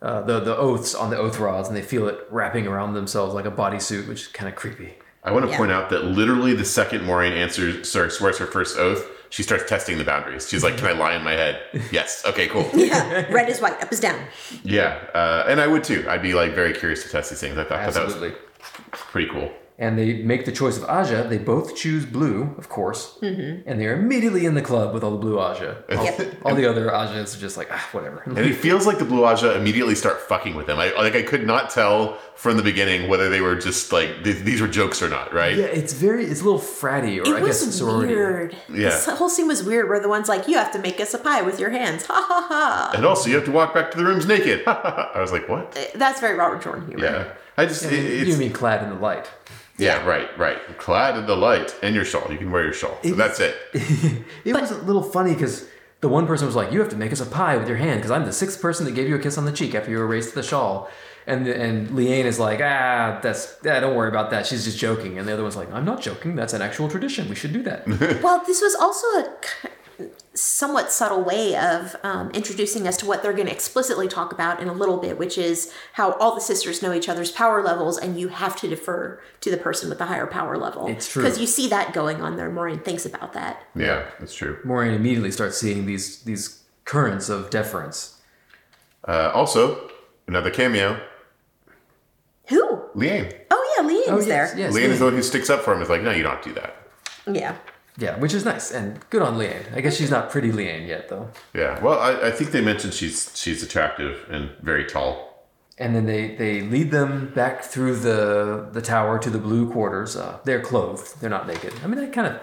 uh, the the oaths on the oath rods, and they feel it wrapping around themselves like a bodysuit, which is kind of creepy.
I want to
Yeah.
point out that literally the second Maureen answers, sir, swears her first oath, she starts testing the boundaries. She's like, "Can I lie in my head?" yes. Okay. Cool.
Yeah, red is white, up is down.
yeah. Uh, and I would too. I'd be like very curious to test these things. I thought, thought that was
Absolutely.
pretty cool.
and they make the choice of Aja. They both choose blue, of course,
Mm-hmm.
and they're immediately in the club with all the blue Aja. All,
Yep.
all the other Ajas are just like, ah, whatever.
And it feels like the Blue Aja immediately start fucking with them. I like I could not tell from the beginning whether they were just like th- these were jokes or not, right?
Yeah, it's very, it's a little fratty, or
It
I guess
was
sorority.
weird.
Yeah.
This whole scene was weird where the one's like, you have to make us a pie with your hands. Ha ha ha.
And also, you have to walk back to the rooms naked. I was like, what?
That's very Robert Jordan humor.
Yeah. I just it, it's
You mean clad in the light?
yeah, right, right. Clad in the light and your shawl. You can wear your shawl. So that's it.
It was a little funny because the one person was like, "You have to make us a pie with your hand," because I'm the sixth person that gave you a kiss on the cheek after you were raised to the shawl. And and Leanne is like, "Ah, that's ah, don't worry about that. She's just joking." And the other one's like, "I'm not joking. That's an actual tradition. We should do that."
Well, this was also a k- somewhat subtle way of um, introducing us to what they're going to explicitly talk about in a little bit, which is how all the sisters know each other's power levels, and you have to defer to the person with the higher power level.
It's true.
because you see that going on there. Maureen thinks about that.
Yeah, that's true.
Moraine immediately starts seeing these these currents of deference.
Uh, also, another cameo,
Who?
Liane.
Oh yeah, Leanne's
yes,
there.
yes,
Liane is
Leanne.
the one who sticks up for him. Is like, no, you don't do that.
Yeah.
Yeah, which is nice and good on Leanne. I guess she's not pretty Leanne yet though.
Yeah. Well, I, I think they mentioned she's she's attractive and very tall.
And then they they lead them back through the the tower to the blue quarters. Uh, they're clothed. They're not naked. I mean, that kind of.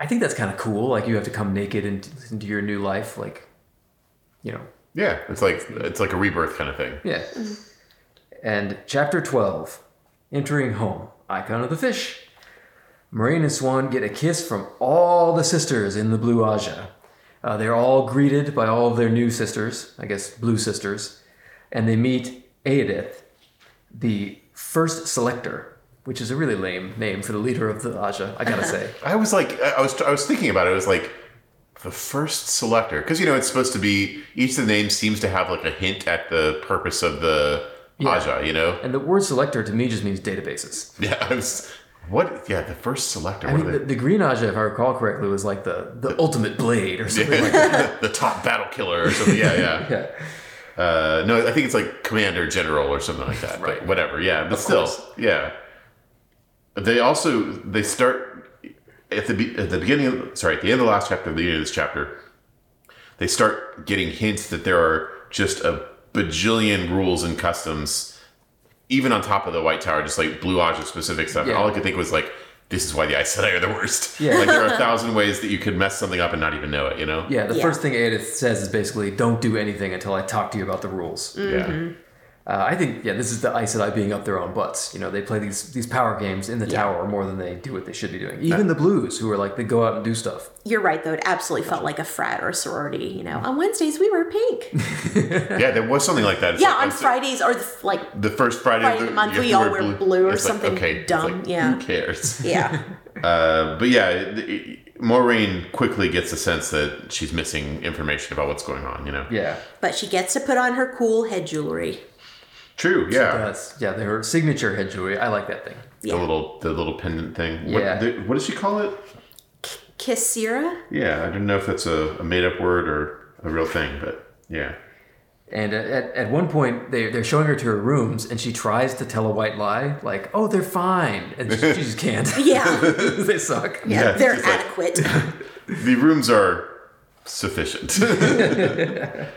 I think that's kind of cool. Like you have to come naked into, into your new life. Like, you know,
Yeah, it's like it's like a rebirth kind of thing.
yeah.
Mm.
And chapter twelve, entering home, icon of the fish. Marine and Swan get a kiss from all the sisters in the Blue Aja. Uh, they're all greeted by all of their new sisters, I guess blue sisters, and they meet Aedith, the first selector, which is a really lame name for the leader of the Aja, I gotta say.
I was like, I I was, I was thinking about it. I was like, the first selector, because you know it's supposed to be each of the names seems to have like a hint at the purpose of the Aja. You know,
And the word selector to me just means databases.
yeah. I was what? Yeah, the first selector.
I
what
think
are
the,
they-
the green Aja, if I recall correctly, was like the, the ultimate blade or something like that.
the, top battle killer or something. Yeah, yeah.
Yeah.
Uh, no, I think it's like commander general or something like that.
Right.
But whatever. Yeah, but still,
course.
yeah. They also they start at the be- at the beginning. Of, sorry, at the end of the last chapter, the beginning of this chapter, they start getting hints that there are just a bajillion rules and customs, even on top of the White Tower, just like Blue Aja specific stuff.
Yeah.
All I could think was like. This is why the Aes Sedai are the worst.
Yeah.
Like there are a thousand ways that you could mess something up and not even know it, you know?
Yeah, the
Yeah.
first thing Edith says is basically, don't do anything until I talk to you about the rules.
Mm.
Yeah.
Uh, I think, yeah, this is the Aes Sedai being up their own butts. You know, they play these these power games in the tower more than they do what they should be doing. Even the Blues, who are like, they go out and do stuff.
You're right, though. It absolutely felt like a frat or a sorority. You know, on Wednesdays we wear pink.
Yeah, there was something like that. It's
Yeah,
like,
on
it's-
Fridays or the, like,
the first Friday,
Friday
of
of
the,
the month,
you have
we
to
all wear blue or
It's like,
something
okay, it's
dumb,
like,
yeah.
who cares?
yeah,
uh, but yeah, it, it, Maureen quickly gets the sense that she's missing information about what's going on. You know,
Yeah.
but she gets to put on her cool head jewelry.
true. Yeah,
That's, yeah, their signature head jewelry. I like that thing.
Yeah.
the little the little pendant thing.
Yeah.
What, the, what does she call it?
Kissira.
Yeah, I don't know if that's a, a made up word or a real thing, but yeah.
And at, at one point, they, they're showing her to her rooms, and she tries to tell a white lie, like, oh, they're fine. And she, she just can't.
Yeah,
they suck.
yeah,
Yeah,
they're
she's like-
adequate.
the rooms are sufficient.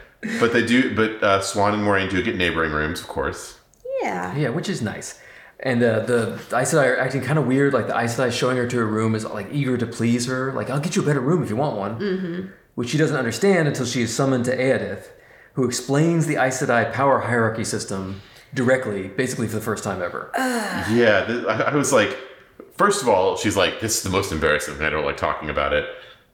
but they do. But uh, Swan and Maureen do get neighboring rooms, of course.
yeah,
Yeah, which is nice. And uh, the, the Aes Sedai are acting kind of weird. Like the Aes Sedai showing her to her room is like eager to please her. Like, I'll get you a better room if you want one. Which she doesn't understand until she is summoned to Aedith, who explains the Aes Sedai power hierarchy system directly, basically for the first time ever.
Yeah, th- I, I was like, first of all, she's like, this is the most embarrassing. thing. I don't like talking about it.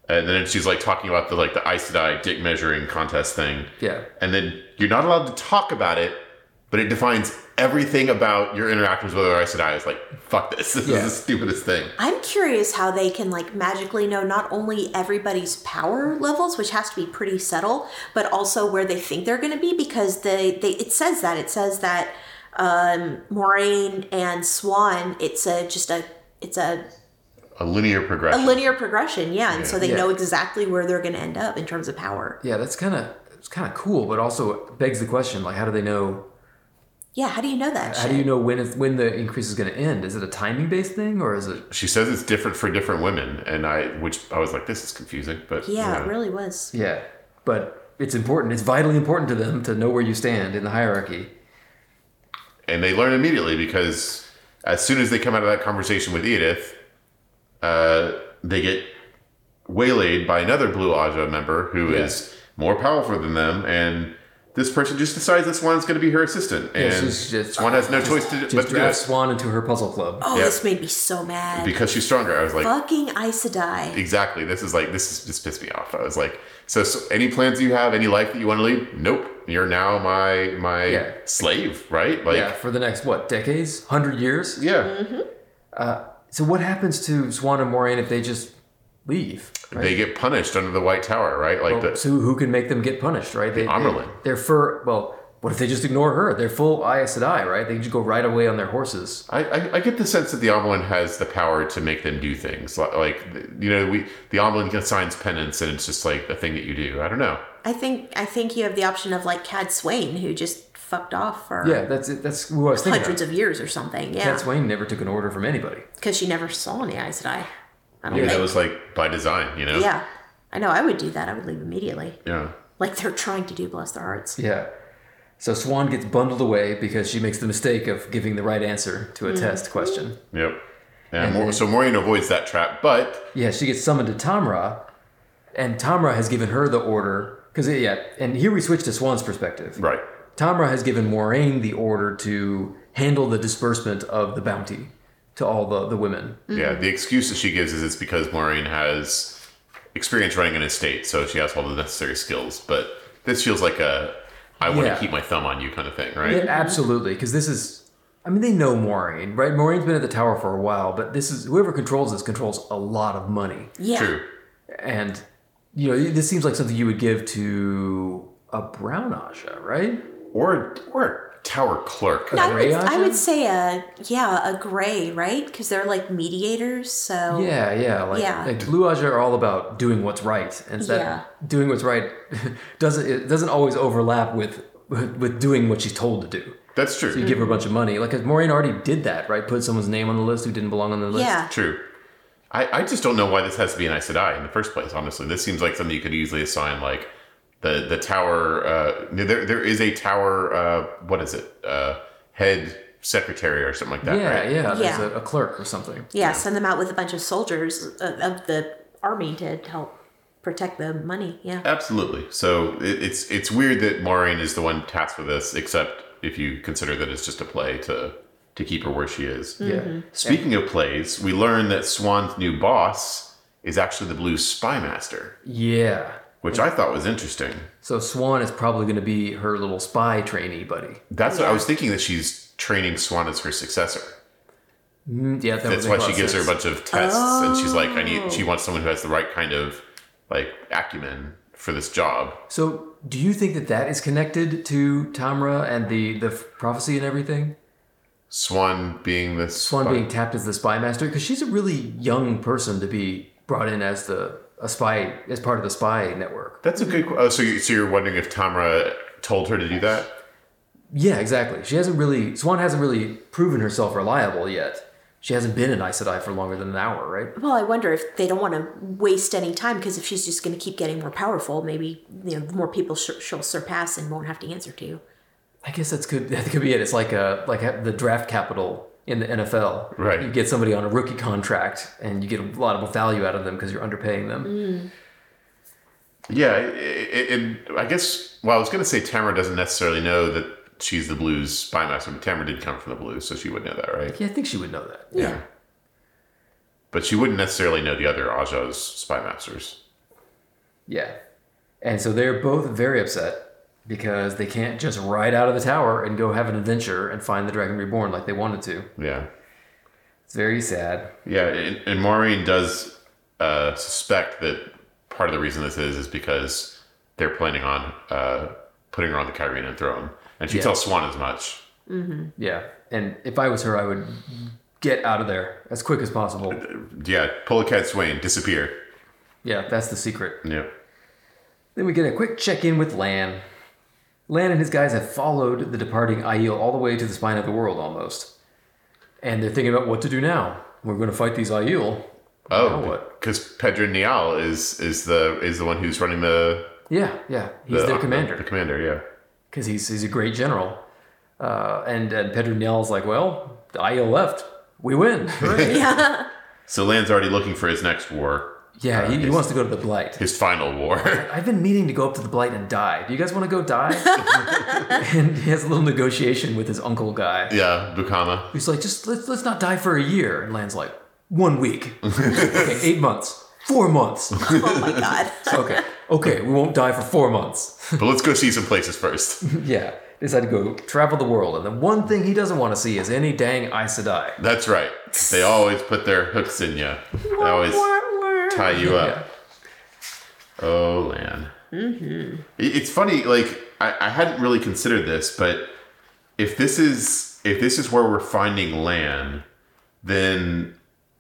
And then she's like talking about the like the Aes Sedai dick measuring contest thing.
Yeah.
And then you're not allowed to talk about it, but it defines everything about your interactions with other Aes Sedai. It's like, fuck this. This
Yeah.
is the stupidest thing.
I'm curious how they can like magically know not only everybody's power levels, which has to be pretty subtle, but also where they think they're going to be because they they it says that it says that um, Moraine and Swan. It's a just a it's a
A linear
a
progression.
linear progression, yeah, and so they
Yeah.
know exactly where they're going to end up in terms of power.
Yeah, that's kind of it's kind of cool, but also begs the question: like, how do they know?
Yeah, how do you know that?
How
Shit?
do you know when it's, when the increase is going to end? Is it a timing based thing, or is it?
she says it's different for different women, and I, which I was like, this is confusing, but
yeah,
you
it
know.
really was.
Yeah, but it's important. It's vitally important to them to know where you stand in the hierarchy.
and they learn immediately because as soon as they come out of that conversation with Edith, uh, they get waylaid by another Blue Aja member who is
Yeah.
more powerful than them, and this person just decides that Swan's going to be her assistant, and
she's just-
Swan has no choice to, but
Just
to do
draft
it
Swan into her puzzle club.
Oh,
Yeah.
this made me so mad.
because she's stronger. I was like,
Fucking Aes Sedai.
exactly. This is like this is just pissed me off. I was like, so, so any plans you have, any life that you want to lead? Nope. You're now my my
Yeah.
slave, right? Like,
yeah,
yeah.
for the next what decades, hundred years. So what happens to Swan and Moraine if they just leave? Right?
They get punished under the White Tower, right? Like the,
so who can make them get punished? Right? They,
Amerlin.
they- They're fur. Well, what if they just ignore her? They're full Aes Sedai, right? They just go right away on their horses.
I, I, I get the sense that the Omelin has the power to make them do things. Li- Like, you know, we the Omelin assigns penance, and it's just like the thing that you do. I don't know.
I think I think you have the option of like Cad Swain, who just fucked off for
Yeah, that's it. That's who I was thinking.
hundreds
of.
of years or something.
Cat
Yeah,
Swain never took an order from anybody.
because she never saw any Aes Sedai. I don't
Maybe that
think.
was like by design, you know?
yeah, I know. I would do that. I would leave immediately,
Yeah.
like they're trying to do. Bless their hearts.
Yeah. So Swan gets bundled away because she makes the mistake of giving the right answer to a
Mm-hmm.
test question.
Yep. And, Mor- so Maureen avoids that trap, but
Yeah, she gets summoned to Tamra, and Tamra has given her the order. Because, yeah, and here we switch to Swan's perspective.
right.
Tamra has given Moraine the order to handle the disbursement of the bounty to all the, the women.
Yeah.
Mm-hmm.
The excuse that she gives is it's because Maureen has experience running an estate, so she has all the necessary skills. But this feels like a I want
Yeah.
to keep my thumb on you kind of thing, right?
Yeah, absolutely, because this is I mean, they know Maureen, right? Maureen's been at the tower for a while, but this is whoever controls this controls a lot of money,
Yeah.
True.
and you know this seems like something you would give to a brown Asha, right?
Or or a tower clerk.
I would,
Gray
I would
Asha?
say a yeah a gray right because they're like mediators so
Yeah, yeah. Like,
Yeah.
like Blue Aja are all about doing what's right, and that
Yeah.
doing what's right doesn't it doesn't always overlap with with doing what she's told to do.
That's true.
You give
Mm-hmm.
her a bunch of money, like 'cause Maureen already did that, right? Put someone's name on the list who didn't belong on the list.
yeah
True. I, I just don't know why this has to be an Aes Sedai in the first place, honestly. This seems like something you could easily assign, like, the, the tower. Uh, there, there is a tower, uh, what is it? Uh, head secretary or something like that,
yeah,
right?
yeah. There's
Yeah.
a, a clerk or something.
yeah send them out with a bunch of soldiers uh, of the army to help protect the money yeah
Absolutely. So it, it's it's weird that Maureen is the one tasked with this, except if you consider that it's just a play to to keep her where she is.
Mm-hmm.
Yeah.
Speaking of plays, we learn that Swan's new boss is actually the Blue Spy Master,
Yeah.
which I thought was interesting.
So Swan is probably going to be her little spy trainee buddy.
That's what I was thinking that she's training Swan as her successor.
Mm, Yeah, that would
That's
make
why
a lot
she
of
gives her a
sense.
bunch of tests, and she's like, I need. She wants someone who has the right kind of like acumen for this job.
So, do you think that that is connected to Tamra and the the prophecy and everything?
Swan being the
Swan
spy-
being tapped as the spy master because she's a really young person to be brought in as the a spy as part of the spy network.
That's a good. que- Oh, so you, so you're wondering if Tamra told her to do that?
Yeah, exactly. She hasn't really Swan hasn't really proven herself reliable yet. She hasn't been in Aes Sedai for longer than an hour, right?
well i wonder if they don't want to waste any time because if she's just going to keep getting more powerful maybe you know more people sh- she'll surpass and won't have to answer to
I guess that's could that could be it. It's like a like a, the draft capital in the NFL.
Right.
You get somebody on a rookie contract and you get a lot of value out of them because you're underpaying them.
Mm. Yeah, it, it, I guess. Well, I was going to say Tamra doesn't necessarily know that she's the Blues spy master, but Tamra did come from the Blues, so she would know that, right?
Yeah, I think she would know that.
yeah,
But she wouldn't necessarily know the other Aja's spy masters.
Yeah. And so they're both very upset because they can't just ride out of the tower and go have an adventure and find the Dragon Reborn like they wanted to.
Yeah,
It's very sad.
yeah, and, and Maureen does uh, suspect that part of the reason this is is because they're planning on uh, putting her on the Kyrian throne, and she
Yeah.
tells Swan as much.
Yeah. And if I was her, I would get out of there as quick as possible.
Yeah, pull a Cad Swain, disappear.
Yeah, that's the secret.
Yeah.
Then we get a quick check in with Lan. Lan and his guys have followed the departing Aiel all the way to the spine of the world almost. And they're thinking about what to do now. We're going to fight these Aiel. Now
Oh,
what?
because Pedro Nial is is the is the one who's running the
Yeah, yeah. He's
the,
their commander.
The commander, yeah.
because he's, he's a great general. Uh, and and Pedro Niel's like, well, the IO left. We win. Hooray."
yeah.
So Lan's already looking for his next war,
yeah, he, he wants to go to the Blight.
his final war.
I've been meaning to go up to the Blight and die. Do you guys want to go die? and he has a little negotiation with his uncle guy.
yeah, Bukama.
He's like, just let's, let's not die for a year. And Lan's like, one week. okay, eight months. Four months.
oh my god
Okay. Okay, we won't die for four months.
But let's go see some places first.
yeah. They decide to go travel the world. And the one thing he doesn't want to see is any dang Aes Sedai.
That's right. They always put their hooks in you. They always tie you
Yeah.
up. Oh, Lan. It- It's funny. Like I, I hadn't really considered this, but if this is if this is where we're finding Lan, then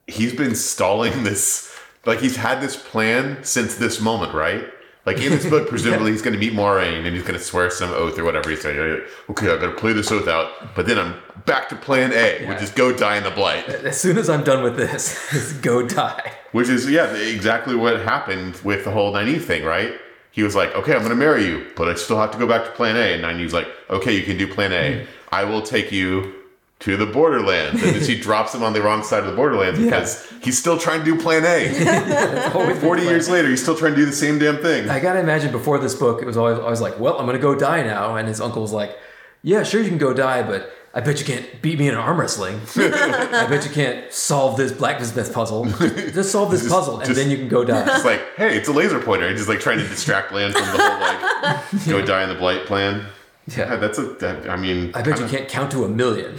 he's been stalling this. Like he's had this plan since this moment, right? Like in this book, presumably he's going to meet Moraine and he's going to swear some oath or whatever. He's going to okay, I got to play this oath out, but then I'm back to Plan A, which is go die in the blight.
As soon as I'm done with this, is go die.
Which is, yeah, exactly what happened with the whole Nynaeve thing, right? He was like, okay, I'm going to marry you, but I still have to go back to plan A. And Nynaeve's like, okay, you can do plan
Hmm.
A. I will take you to the borderlands. And then she drops him on the wrong side of the borderlands because he's still trying to do plan A.
Always
40
been
years later, he's still trying to do the same damn thing.
like- I gotta imagine before this book, it was always I was like, well, I'm gonna go die now, and his uncle's like, yeah, sure you can go die, but I bet you can't beat me in arm wrestling. I bet you can't solve this blacksmith puzzle. Just solve this puzzle, and
just-
then you can go die.
It's like, hey, it's a laser pointer. He's just like trying to distract Lan from the whole like, go die in the blight plan. Yeah,
Yeah.
that's a. That, I mean,
I bet you
kinda-
can't count to a million.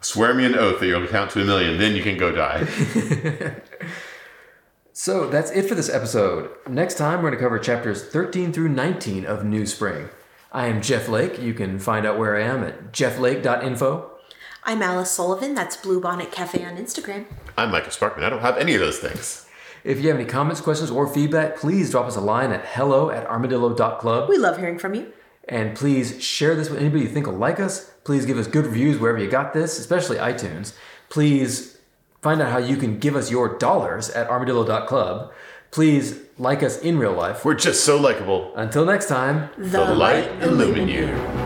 Swear me an oath that you'll count to a million, then you can go die.
so that's it for this episode. Next time, we're going to cover chapters 13 through 19 of New Spring. I am Jeff Lake. You can find out where I am at jefflake.info.
I'm Alice Sullivan. That's Blue Bonnet Cafe on Instagram.
I'm Michael Sparkman. I don't have any of those things.
If you have any comments, questions, or feedback, please drop us a line at hello at armadillo.club.
We love hearing from you.
And please share this with anybody you think will like us. Please give us good reviews wherever you got this, especially iTunes. Please find out how you can give us your dollars at armadillo.club. Please like us in real life.
We're just so likable.
Until next time.
The light illumine you.